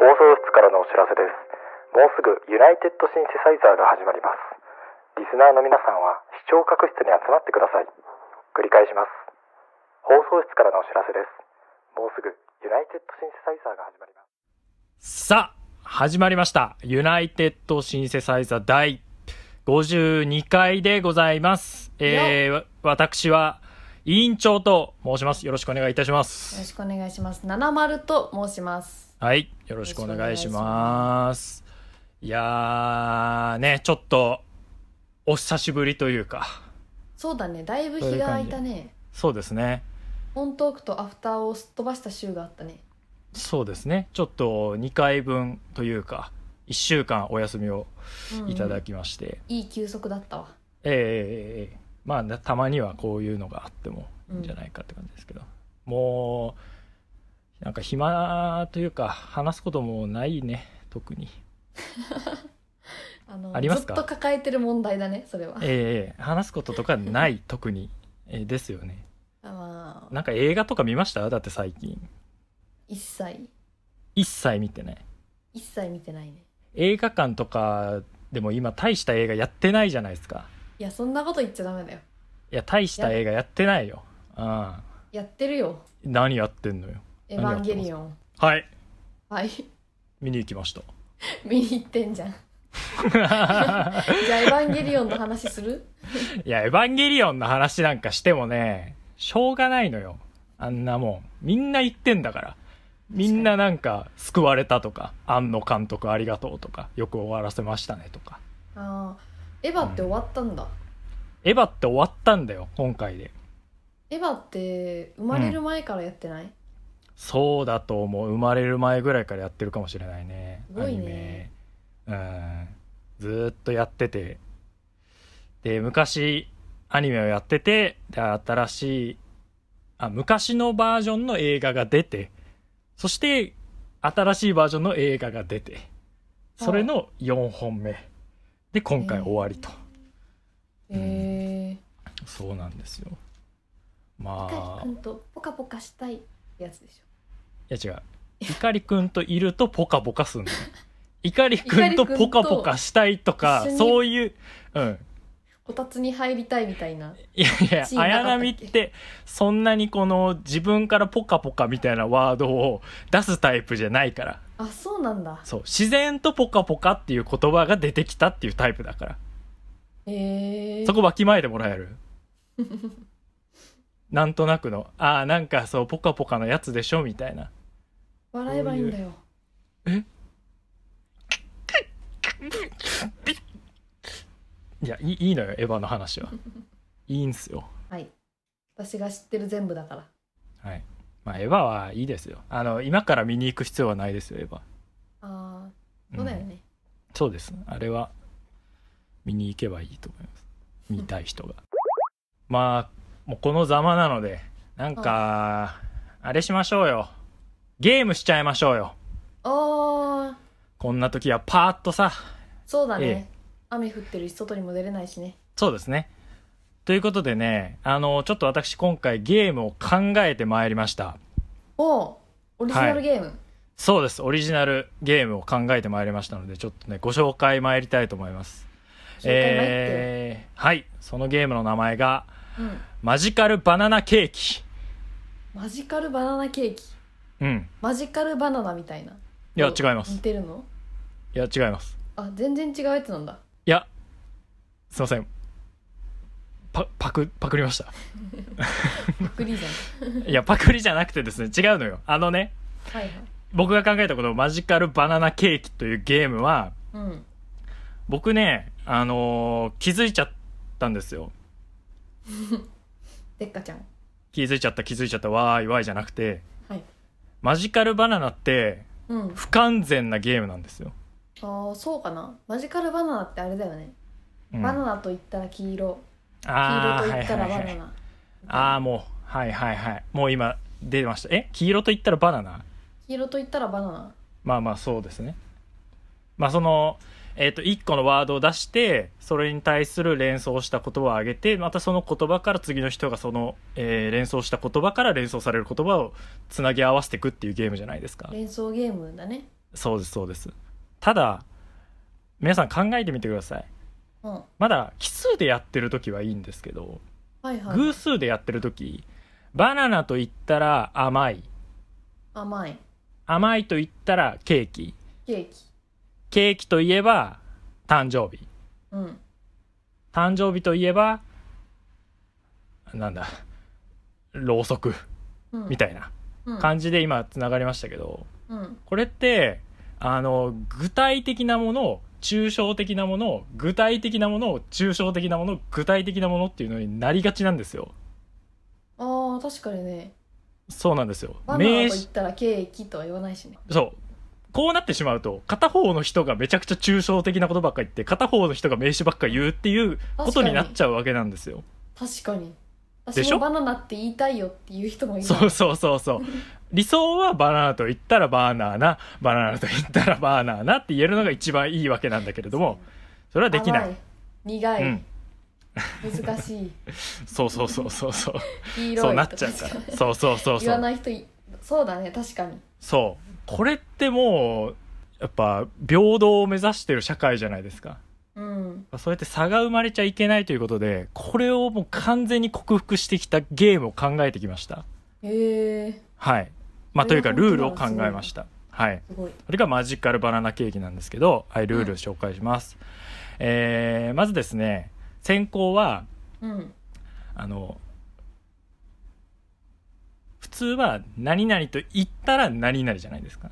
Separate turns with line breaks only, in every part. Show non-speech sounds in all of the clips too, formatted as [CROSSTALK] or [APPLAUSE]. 放送室からのお知らせですもうすぐユナイテッドシンセサイザーが始まりますリスナーの皆さんは視聴覚室に集まってください繰り返します放送室からのお知らせですもうすぐユナイテッドシンセサイザーが始まります
さあ、始まりました。ユナイテッドシンセサイザー第52回でございます。えー、わ私は委員長と申します。よろしくお願いいたしま
よろ
す。
しくお願いします。七丸と申します。
はい、よろしくお願いします。いやー、ね、ちょっと、お久しぶりというか、
そうだね、だいぶ日が空いたね。
そうですね。
オントークとアフターをすっ飛ばした週があったね。
そうですね。ちょっと2回分というか、1週間お休みを
うんうん
いただきまして、
いい休息だったわ。
ええええええまあなたまにはこういうのがあってもいいんじゃないかって感じですけど、もうなんか暇というか話すこともないね特に
あの
ありますか
ずっと抱えてる問題だね、それは。
ええええ話すこととかない特に、ええですよね
まあ、
なんか映画とか見ましただって最近
一切、
一切見てない
一切見てないね。
映画館とかでも今大した映画やってないじゃないですか
いや、そんなこと言っちゃダメだよ。
いや大した映画やってないようん
やってるよ、
何やってんのよ
エヴァンゲリオン。
はい
はい、 [LAUGHS]
見に行きました
見に行ってんじゃん。じゃあ、エヴァンゲリオンの話する
いや、エヴァンゲリオンの話なんかしてもね、しょうがないのよ。あんなもん。みんな言ってんだから。みんななんか、救われたとか、庵野監督ありがとうとか、よく終わらせましたねとか。
ああ、エヴァって終わったんだ。
エヴァって終わったんだよ、今回で。
エヴァって生まれる前からやってない、
そうだと思う。生まれる前ぐらいからやってるかもしれないね。
すご
ア
いね
ニメ。うん。ずーっとやってて。で、昔、アニメをやってて、で、新しい、あ、昔のバージョンの映画が出て、そして、新しいバージョンの映画が出て、それの4本目。で、今回終わりと。
へえ
そうなんですよ。
ー、
まあ
く、んとポカポカしたいってやつでしょ
いや違う。怒りくんといるとポカポカす
[LAUGHS]
んの。怒りくんとポカポカしたいとか
怒りくん、と一緒に
そういう、うん。
こたつに入りたいみたいない
やいや
チ、ームなか
綾
ったっけ
波って、そんなにこの自分からポカポカみたいなワードを出すタイプじゃないから。
あそうなんだ
そう。自然とポカポカっていう言葉が出てきたっていうタイプだから。
へえー、
そこわきまえてもらえ
[LAUGHS]
るなんとなくの、ああ、なんかそう、ポカポカのやつでしょみたいな。
笑えばいいんだよ
いや、いいいいのよ、エヴァの話は。いいんすよ。
はい私が知ってる全部だから
はい。まあ、エヴァはいいですよ。あの、今から見に行く必要はないですよ、エヴァ。
あーそうだよね、
そうです。あれは、見に行けばいいと思います。見たい人が。 [LAUGHS] まあ、もうこのざまなので、なんか、あれしましょうよ。ゲームしちゃいましょうよ。
ああ
こんな時はパーッとさ。
そうだね、
ええ
雨降ってるし外にも出れないしね
そうですね。ということでね、あの、ちょっと私今回ゲームを考えてまいりました。
おおオリジナルゲーム、
そうです。オリジナルゲームを考えてまいりましたので、ちょっとね、ご紹介参りたいと思います。
紹介参ってよ
えーはい。そのゲームの名前が、
うん、
マジカルバナナケーキ。
マジカルバナナケーキ
うん。
マジカルバナナみたいないい
や、違います。
似
い
てるの
や、違います。
あ全然違うやつなんだ
いや、すいません。パ、パク、パクりました。
びっくりじゃん
[LAUGHS] いや、パクリじゃなくてですね、違うのよ。あのね、
はいはい
僕が考えたこのマジカルバナナケーキというゲームは、
うん
僕ね、あのー気づいちゃったんですよ。
でっかちゃん
気づいちゃった、気づいちゃった、わーいわーいじゃなくて、
はい
マジカルバナナって
うん
不完全なゲームなんですよ。
ああそうかなマジカルバナナってあれだよね、
うん
バナナと言ったら黄色黄
あ
色
ー
と言ったら
は
バナナ、
いはいはい、あーもう、はいはいはい。もう今出ました。え黄色と言ったらバナナ
黄色と言ったらバナナ
まあまあそうですね。まあその、えっ、と、1個のワードを出して、それに対する連想した言葉を挙げて、またその言葉から次の人がその、えー連想した言葉から連想される言葉をつなぎ合わせていくっていうゲームじゃないですか。
連想ゲームだね
そうですそうですただ皆さん考えてみてください
うん。は
まだ奇数でやってる時はいいんですけど
いはい。
偶数でやってる時バナナと言ったら甘い
甘い。
甘いと言ったらケーキ
ケーキ。
ケーキといえば誕生日
うん。
誕生日といえばなんだろうそく
うん。
みたいな
うん。
感じで今つながりましたけど
うん。
これってあの具体的なものを抽象的なものを具体的なものを抽象的なものを具体的なものっていうのになりがちなんですよ
ああ、確かにね。
そうなんですよ
バナナ
名
と言
詞
ったらケーキとは言わないしね。
そうこうなってしまうと片方の人がめちゃくちゃ抽象的なことばっか言って片方の人が名詞ばっか言うっていうことになっちゃうわけなんですよ
確かに。
で
私
しょ
もバナナって言いたいよっていう人もいる。
そうそうそうそう。理想はバナナと言ったらバーナーな、バナナと言ったらバーナーなって言えるのが一番いいわけなんだけれども、それはできな
甘
い。
苦い、
うん
難し
[LAUGHS]
い
そうそうそうそうそう。
[LAUGHS] 黄色い
そうなっちゃうか
と
ら。そうそうそう
言
そ
わ
う。
ない人いそうだね確かに
そう。これってもう、やっぱ平等を目指してる社会じゃないですか。
うん
そうやって差が生まれちゃいけないということで、これをもう完全に克服してきたゲームを考えてきました。
へえ
はい。まあというか
それは
ルールを
本
考
当だすごい
えました。はい。
すごい
これがマジカルバナナケーキなんですけど、はい、ルール紹介します。えーまずですね、先行は、
うん
あの、普通は何々と言ったら何々じゃないですか。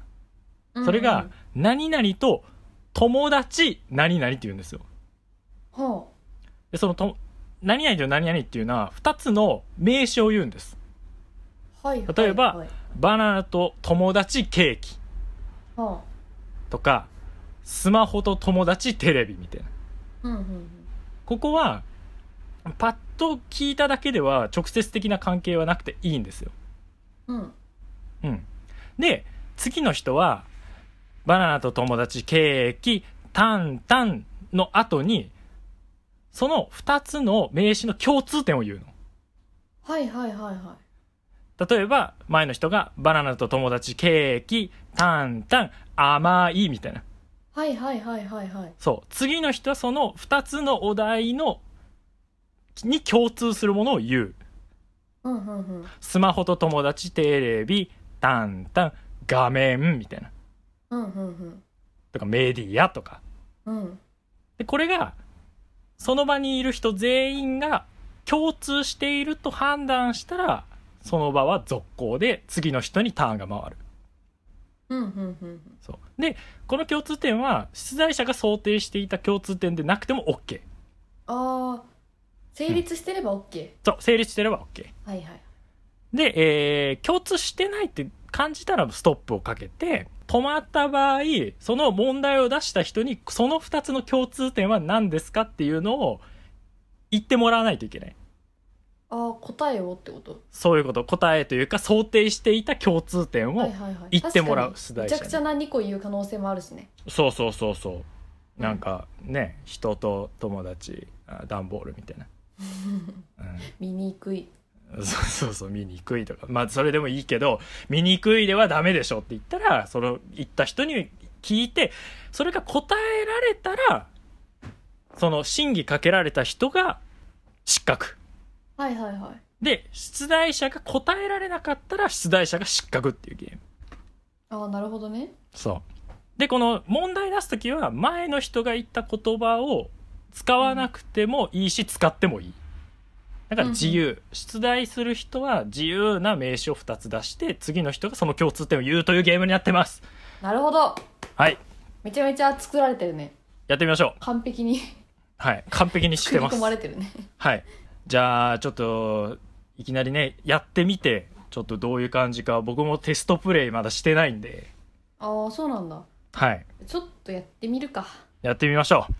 それが、何々と友達何々って言うんですよ。
うんうんは
で、そのと、何々と何々っていうのは、二つの名詞を言うんです。
あはいはい
例えば
はい
バナナと友達ケーキ
はあ
とか、スマホと友達テレビみたいな。
うんうんうん
ここはパッと聞いただけでは直接的な関係はなくていいんですよ。
うん
うん、で次の人はバナナと友達ケーキタンタンの後にその2つの名詞の共通点を言うの。
はいはいはいは
例えば前の人がバナナと友達ケーキタンタン甘いみたいな。
いはいはいはいはいはい
そう次の人はその2つのお題のに共通するものを言う。
うんうんうん
スマホと友達テレビタンタン画面みたいな
うんうん
とかメディアとか
うんうん
でこれがその場にいる人全員が共通していると判断したらその場は続行で次の人にターンが回る
うんうんうん
そうでこの共通点は出題者が想定していた共通点でなくても OK
ああ成立してれば OK
そう成立してれば OK
はいはい
で、えー共通してないって感じたらストップをかけて、止まった場合、その問題を出した人に、その二つの共通点は何ですかっていうのを言ってもらわないといけない。
ああ答えをってこと
そういうこと、答えというか想定していた共通点
はい
を、
はいはい
言ってもらう
確
出
か
題者
にめち
に
ゃくちゃな2個言う可能性もあるしね
そうそうそうそう。なんかね、人と友達、あ段ボールみた
[LAUGHS]
いな。うん
見にくい
そうそうそう、見にくいとか。まあ、それでもいいけど、見にくいではダメでしょって言ったら、その、言った人に聞いて、それが答えられたら、その、審議かけられた人が失格。
はいはいはい
で、出題者が答えられなかったら、出題者が失格っていうゲーム。
ああなるほどね
そう。で、この、問題出すときは、前の人が言った言葉を使わなくてもいいし、使ってもいい。だから自由、出題する人は自由な名詞を2つ出して次の人がその共通点を言うというゲームになってます
なるほど
はい
めちゃめちゃ作られてるね
やってみま [LAUGHS] しょう
完璧に
はい完璧にし
作
て
り
ます
込まれてるね
はいじゃあちょっといきなりねやってみてちょっとどういう感じか僕もテストプレイまだしてないんで
ああそうなんだ
はい
ちょっとやってみるか
やってみましょう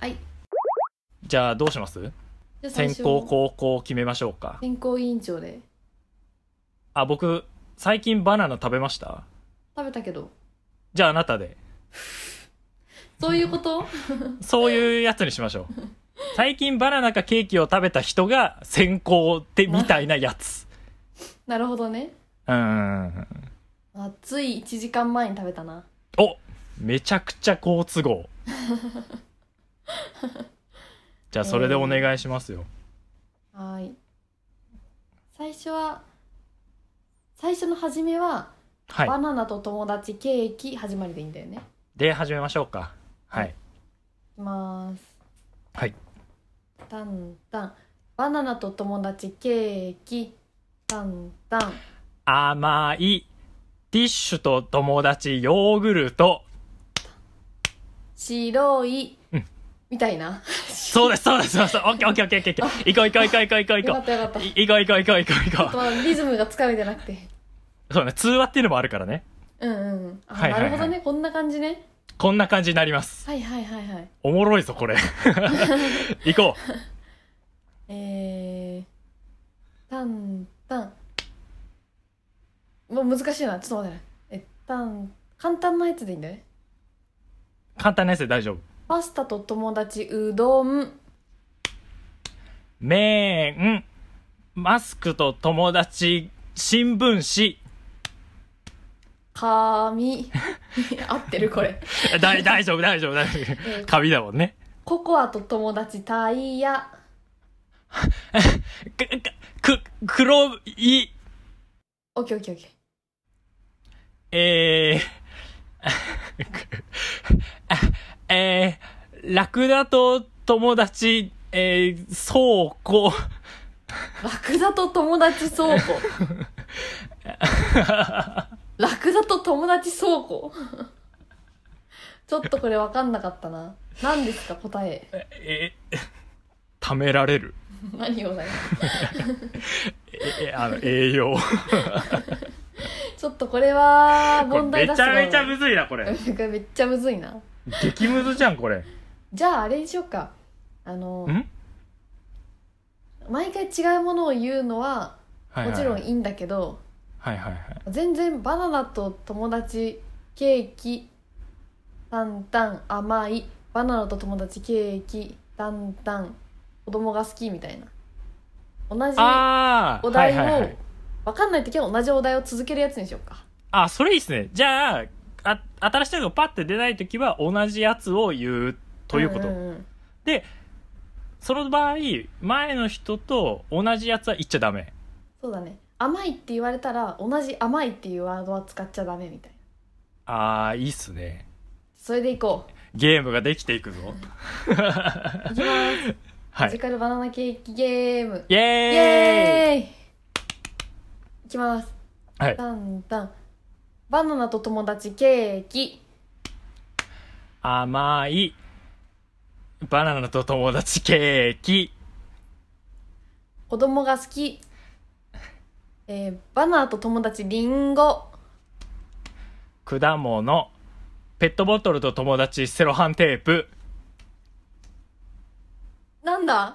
はい
じゃあどうします
じゃあ最
先
初
行後攻決めましょうか
選考委員長で
あ僕最近バナナ食べました
食べたけど
じゃああなたで
そういうこと [LAUGHS]
そういうやつにしましょう。最近バナナかケーキを食べた人が先行ってみたいなやつ。
なるほどね
うん。
あつい1時間前に食べたな
おめちゃくちゃ好都合じゃあそれでお願いしますよ、
はーい最初は最初の初めは、
は
バ
い
ナナと友達ケーキ始まりでいいんだよね
で始めましょうかはい
いきます
はい
タンタンバナナと友達ケーキタンタン
甘いティッシュと友達ヨーグルト
白い、
うん
みたいな
そうですそうですそうですオッケーオッケーオッケーオッケー行こう行こう行こう行こう行
よ
こ
かったよかった
う行こう行こう行こう行こう行こう行こ
まあリズムがつかめてなくて
うそうね通話っていうのもあるからね
うんうんうんあ、
はいはいはい
なるほどねこんな感じね
こんな感じになります
はいはいはいはい
おもろいぞこ
[LAUGHS]
れ行こう
えー、タンタンもう難しいなちょっと待ってねえタン簡単なやつでいいんだよね
簡単なやつで大丈夫
パスタと友達うどん
麺マスクと友達新聞 [LAUGHS]
紙 [LAUGHS] 合ってるこれ
紙だい大丈夫大丈夫大丈
え
夫紙だもんね
ココアと友達タイヤ
くくく黒い
オッケーオッケーオッケー
えー、 [LAUGHS] あえー、ラクダと友達、えー、倉庫。
ラクダと友達倉
[LAUGHS]
庫ラクダと友達倉庫ちょっとこれ分かんなかったな何ですか答え
えー、貯められる。
何をだよ
え、あの、栄養。
ちょっとこれは問題出
め
し
ち
て
ゃめちゃ
む
むずいな、これ。
ずいめっちゃむずいな
激ムズじゃん、これ。
じゃああれにしようかあの
ん
毎回違うものを言うのは
はいはい
もちろんいいんだけど、
はいはいはい。
全然バナナと友達ケーキタンタン甘いバナナと友達ケーキタンタン子供が好きみたいな同じ
あー、
お題を、
はいはいはい
分かんない時は同じお題を続けるやつにしようか
あ、それいいっすね。じゃあ、あ新しいのがパッて出ないときは同じやつを言うということ。
んんうん
で、その場合、前の人と同じやつは言っちゃダメ。
そうだね甘いって言われたら同じ甘いっていうワードは使っちゃダメみたいな
あー、いいっすね。
それでいこう
ゲームができていくぞ。
いきます、
[LAUGHS] は
マジ
い。
カルバナナケーキゲーム
イエーイ
イエーイいきます。
はい
だんだん。バナナと友達ケーキ。
甘い、バナナと友達ケーキ、
子供が好き。えーバナナと友達リンゴ。
果物、ペットボトルと友達セロハンテープ、
なんだ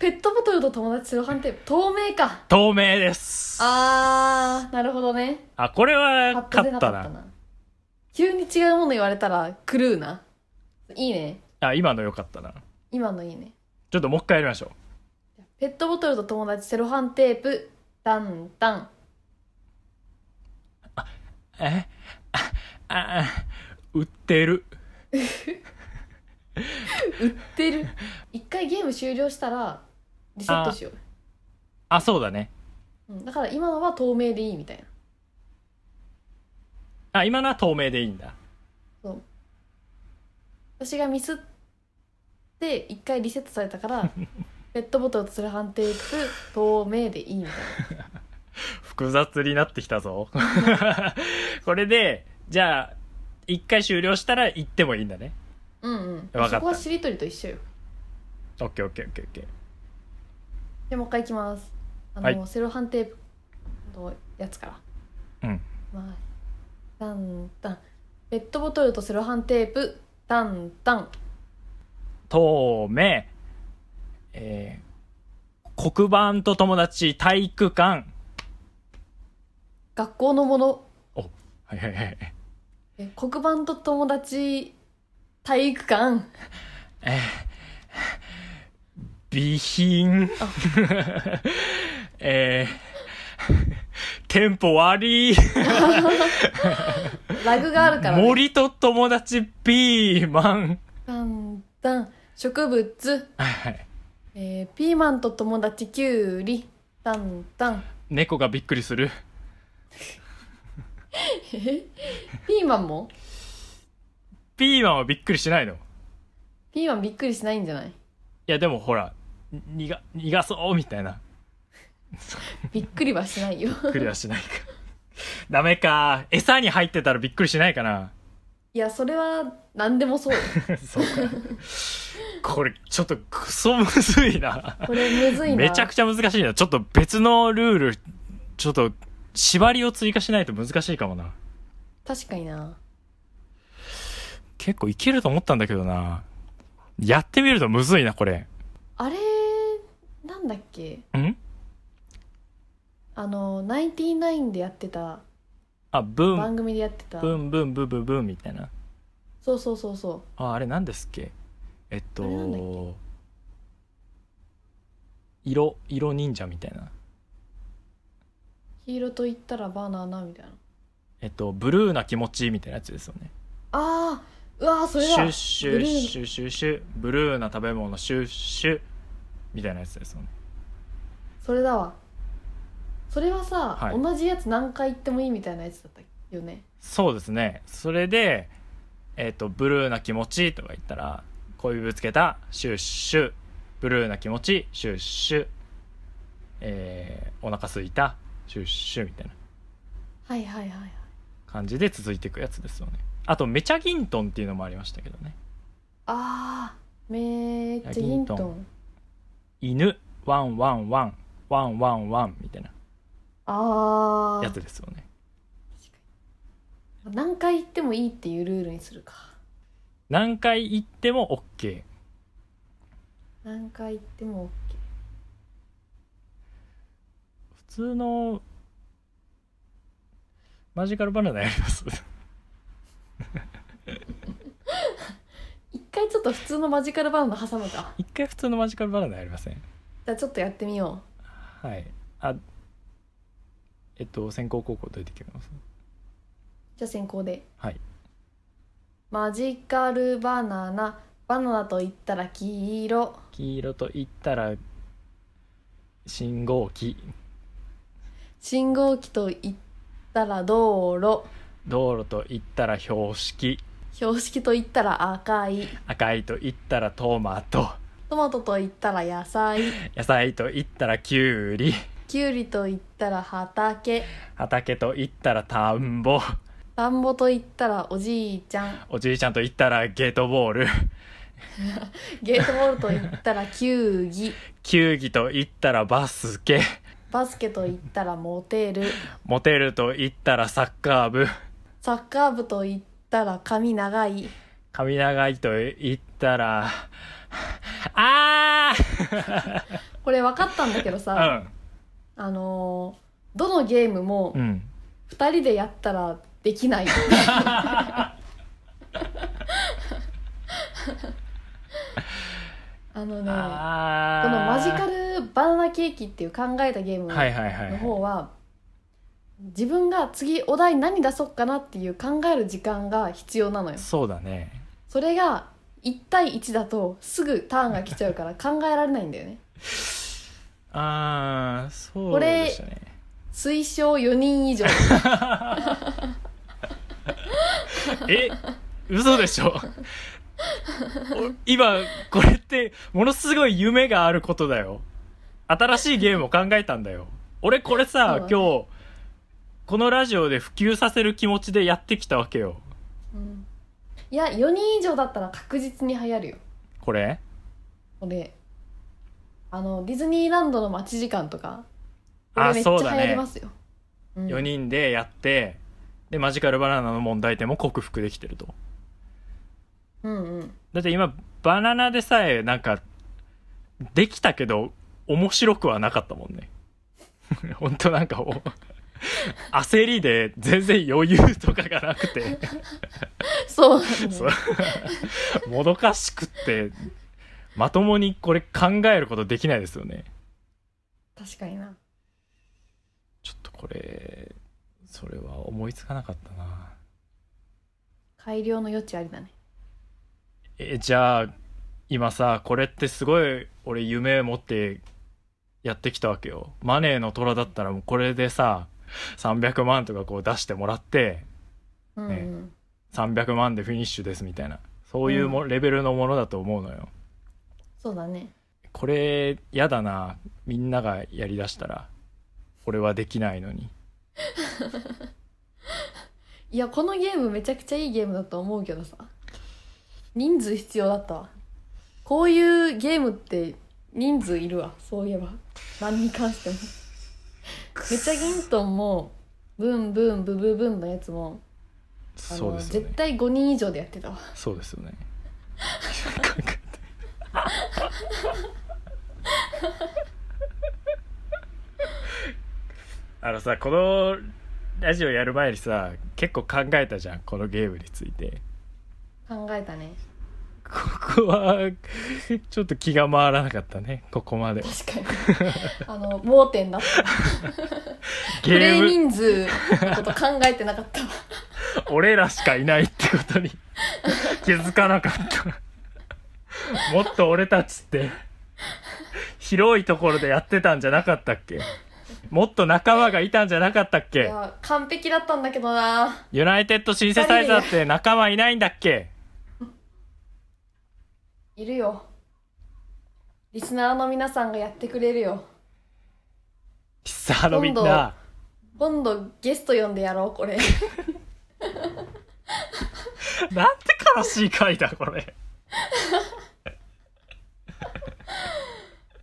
ペットボトルと友達セロハンテープ。透明か。
透明です。
あー、なるほどね。
あ、これは
パッと
勝
出
っ
な
た
かった
な。
な。急に違うもの言われたら狂うな。いいね。
あ、今の良かったな。
今のいいね。
ちょっともう一回やりましょう。
ペットボトルと友達セロハンテープ。だんだん。
えあ、あ、売ってる。
ってる一回ゲーム終了したらリセットしよう、
あ、そうだね。
うん、だから今のは透明でいいみたいな
あ、今のは透明でいいんだ。
そう私がミスって一回リセットされたから
[LAUGHS]
ペットボトルとセロハンテープ透明でいいみたい
複雑になってきたぞ。 [LAUGHS] これで、じゃあ、一回終了したら行ってもいいんだね。
なうんう
わかった
んそこはしりとりと一緒よ
オッケーオッケーオッケーオッケー。
でもう一回いきますあの、
は
セロハンテープのやつから
うん
まあだんだんペットボトルとセロハンテープだんだん
透明。えー、黒板と友達体育館。
学校のもの
お、はいはいはい。
え黒板と友達体育館
備品。 [LAUGHS] えー、テンポ悪い。
ラグがあるから、ね、
森と友達ピーマン。
だんだん植物、
はい。
えー、ピーマンと友達きゅうりだんだん
猫がびっくりする。
えへピーマンも
ピーマンはびっくりしないのい
ピーマンびっくりしないんじゃない
や、でもほら、にが、苦そうみたいな。
びっくりはしないよ
びっくりはしないか。 [LAUGHS] ダメか。餌に入ってたらびっくりしないかな。
[LAUGHS]
[LAUGHS]
いやそれは何でもそうよ
そうか。これ、ちょっとクソむずいな。
これむずいな
めちゃくちゃ難しいな。ちょっと別のルール、ちょっと、縛りを追加しないと難しいかもな。
確かにな
結構いけると思ったんだけどな。やってみるとむずいな、これ。
あれなんだっけ
ん
あのナインティナインでやってた
あ、ブン、
番組でやってた
ブン、ブン、ブン、ブン、ブンみたいな。
そうそうそうそ
あ、あれ何ですっけえっ
あれなんだっ
と、色、色忍者みたいな。
う黄色と言ったらバナナみたいな
えっと、ブルーな気持ちみたいなやつですよね。
あーうわーそれ
シュ
だ
ッシ
ブ
ュ
ル
ッ
ー
シュッシュッシュッブルーな食べ物シュッシュッみたいなやつですよね
それだわそれはさ、
はい
同じやつ何回言ってもいいみたいなやつだったよね
そうですねそれでえっ、とブルーな気持ちとか言ったら小指ぶつけたシュッシュブルーな気持ちシュッシュえー、お腹すいたシュッシュみたいな
はいはいはいはい
感じで続いていくやつですよねあとめちゃぎんとんっていうのもありましたけどね
あーめっちゃヒントン
ヒント犬ワンワンワンワンワンワンみたいな
あー
やつですよね
何回言ってもいいっていうルールにするか
何回言っても OK
何回言っても OK
普通のマジカルバナナやります [LAUGHS]
一回ちょっと普通のマジカルバウンド挟むか
一回普通のマジカルバナナやりません
じゃあちょっとやってみよ
はいあえっと先行高校どうやって決めます
うじゃあ先行で
はい
マジカルバナナバナナと言ったら黄色
黄色と言ったら信号機
信号機と言ったら道路
道路と言ったら標識
標識と言ったら赤い
赤いと言ったらトマト
トマトと言ったら野菜
[LAUGHS] 野菜と言ったらきゅうり
きゅうりと言ったら畑
畑と言ったら田んぼ
田んぼと言ったらおじいちゃん
おじいちゃんと言ったらゲートボール
ゲートボールと言ったら球技
球技と言ったらバスケ
バスケと言ったらモテる
モテると言ったらサッカー部
サッカー部と言ったら髪長い
髪長いと言ったらあ
これ分かったんだけど
あ
さ、あのーどのゲームも
うん、うん、
2人でやったらでき
[LAUGHS]
ないあのね
あ
このマ
あ
ジカルバナナケーキっていう考えたゲーム
はいはいは
の
い
方は自分が次お題何出そうかなっていう考える時間が必要なのよ
そうだね
それが1対1だとすぐターンが来ちゃ
[LAUGHS]
うから考えられないんだよね
ああそうでしたね
推奨4人以上
え嘘でしょお今これってものすごい夢があることだよ新しいゲームを考えたんだよ俺これさ、
そうだね
今日このラジオで普及させる気持ちでやってきたわけよ
うんいや4人以上だったら確実に流行るよ
これ
これあのディズニーランドの待ち時間とかこ
あ
れめっちゃ
そう
流
だ
行り
ね
ますよ、うん
4人でやってでマジカルバナナの問題点も克服できてると
うんうん
だって今バナナでさえなんかできたけど面白くはなかったもんね [LAUGHS] 本当なんかお焦りで全然余裕とかがなくて
そうなんだよ
そうもどかしくってまともにこれ考えることできないですよね
確かにな
ちょっとこれそれは思いつかなかったな
改良の余地ありだね
えじゃあ今さこれってすごい俺夢持ってやってきたわけよマネーの虎だったらもうこれでさ300万とかこう出してもらって
うん、う
ね
ん
300万でフィニッシュですみたいなそういうも、レベルのものだと思うのよ
そうだね
これやだなみんながやりだしたら俺はできないのに
いやこのゲームめちゃくちゃいいゲームだと思うけどさ人数必要だったわこういうゲームって人数いるわそういえば何に関してもめちゃギントンもブンブンブブブンのやつもあ
そ
の、
うですよ
絶
ね
対5人以上でやってたわ
そうですよね [LAUGHS] あのさこのラジオやる前にさ結構考えたじゃんこのゲームについて
考えたね
ここはちょっと気が回らなかったねここまで
確かに [LAUGHS] あの盲点だったプ
ゲ
レイ
ーム
人数のこと考えてなかったわ
俺らしかいないってことに [LAUGHS] 気づかなかったもっと俺たちって広いところでやってたんじゃなかったっけもっと仲間がいたんじゃなかったっ
い
け
や完璧だったんだけどな
ユナイテッドシンセサイザーって仲間いないんだっけ
いるよリスナーの皆さんがやってくれるよ
リスナーのみん
今
な
度今度ゲスト呼んでやろうこれ
なんて悲しい回だこれ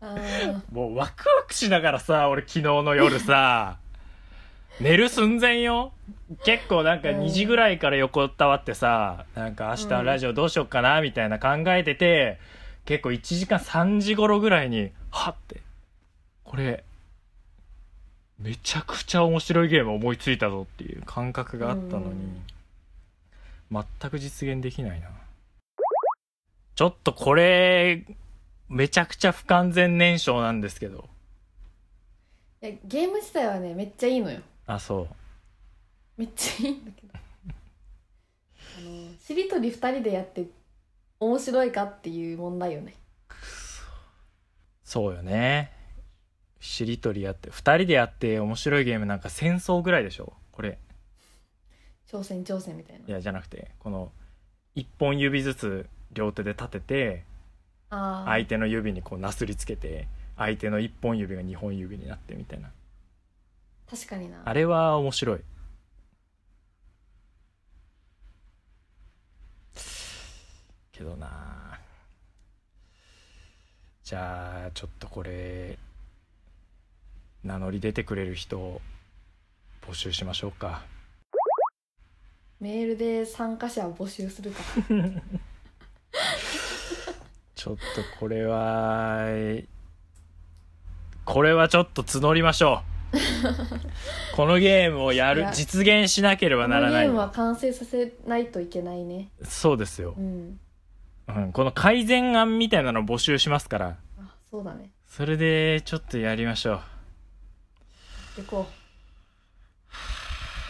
あー
もうワクワクしながらさ俺昨日の夜さ寝る寸前よ結構なんか
うん
2時ぐらいから横たわってさなんか明日ラジオどうしよっかなみたいな考えてて、結構1時間3時頃ぐらいにはってこれめちゃくちゃ面白いゲーム思いついたぞっていう感覚があったのに、全く実現できないなちょっとこれめちゃくちゃ不完全燃焼なんですけど
いやゲーム自体はねめっちゃいいのよ
あそう
めっちゃいいんだけどあのしりとり2人でやって面白いかっていう問題よね
そうよねしりとりやって2人でやって面白いゲームなんか戦争ぐらいでしょこれ
挑戦挑戦みたいない
やじゃなくてこの1本指ずつ両手で立てて
あー
相手の指にこうなすりつけて相手の1本指が2本指になってみたいな
確かにな
あれは面白いけどなじゃあちょっとこれ名乗り出てくれる人を募集しましょうか
メールで参加者を募集するか
ちょっとこれはこれはちょっと募りましょ
[LAUGHS]
うこのゲームをや
い
る
や
実現しなければ
こ
なら
のゲ
ない
ームは完成させないといけないね
そうですよ
うん
うん、この改善案みたいなの募集しますから、
あそうだね
それでちょっとやりましょう。
行こ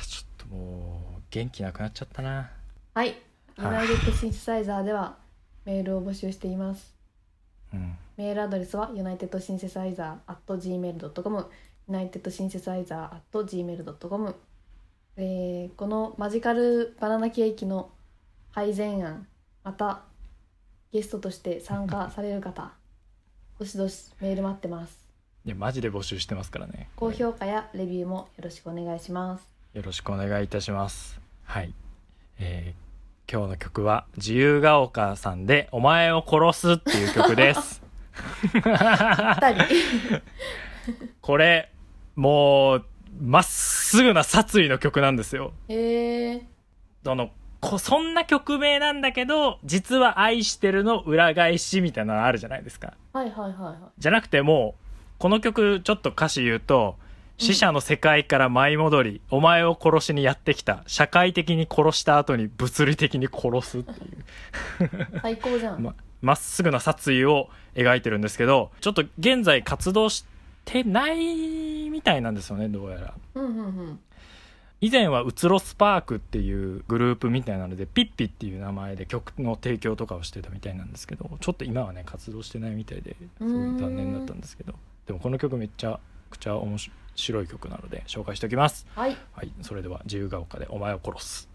ちょっともう、元気なくなっちゃったな。
うはいユナイテッドシンセサイザーではメールを募集しています
うん。
メールアドレスは unitedsynthesizer.gmail.com unitedsynthesizer.gmail.com、えー、このマジカルバナナケーキの改善案またゲストとして参加される方どしどしメール待ってます
いや、マジで募集してますからね。
高評価やレビューもよろしくお願いします
よろしくお願いいたします。はい。えー今日の曲は、自由が丘さんで、お前を殺すっていう曲です。
二人
これ、もう、まっすぐな殺意の曲なんですよ。
えー、
その、こそんな曲名なんだけど、実は愛してるの裏返しみたいなのあるじゃないですか。
はいはいはいは
じゃなくてもう、この曲ちょっと歌詞言うと、
うん
死者の世界から舞い戻り、お前を殺しにやってきた。社会的に殺した後に物理的に殺すっていう。
い最高じゃん、
ままっすぐな殺意を描いてるんですけど、ちょっと現在活動してないみたいなんですよね、どうやら。
うんうんうん
以前はうつろスパークっていうグループみたいなのでピッピっていう名前で曲の提供とかをしてたみたいなんですけどちょっと今はね活動してないみたいですごい残念だったんですけどでもこの曲めっちゃくちゃ面白い曲なので紹介しておきます
はい
はいそれでは自由が丘でお前を殺す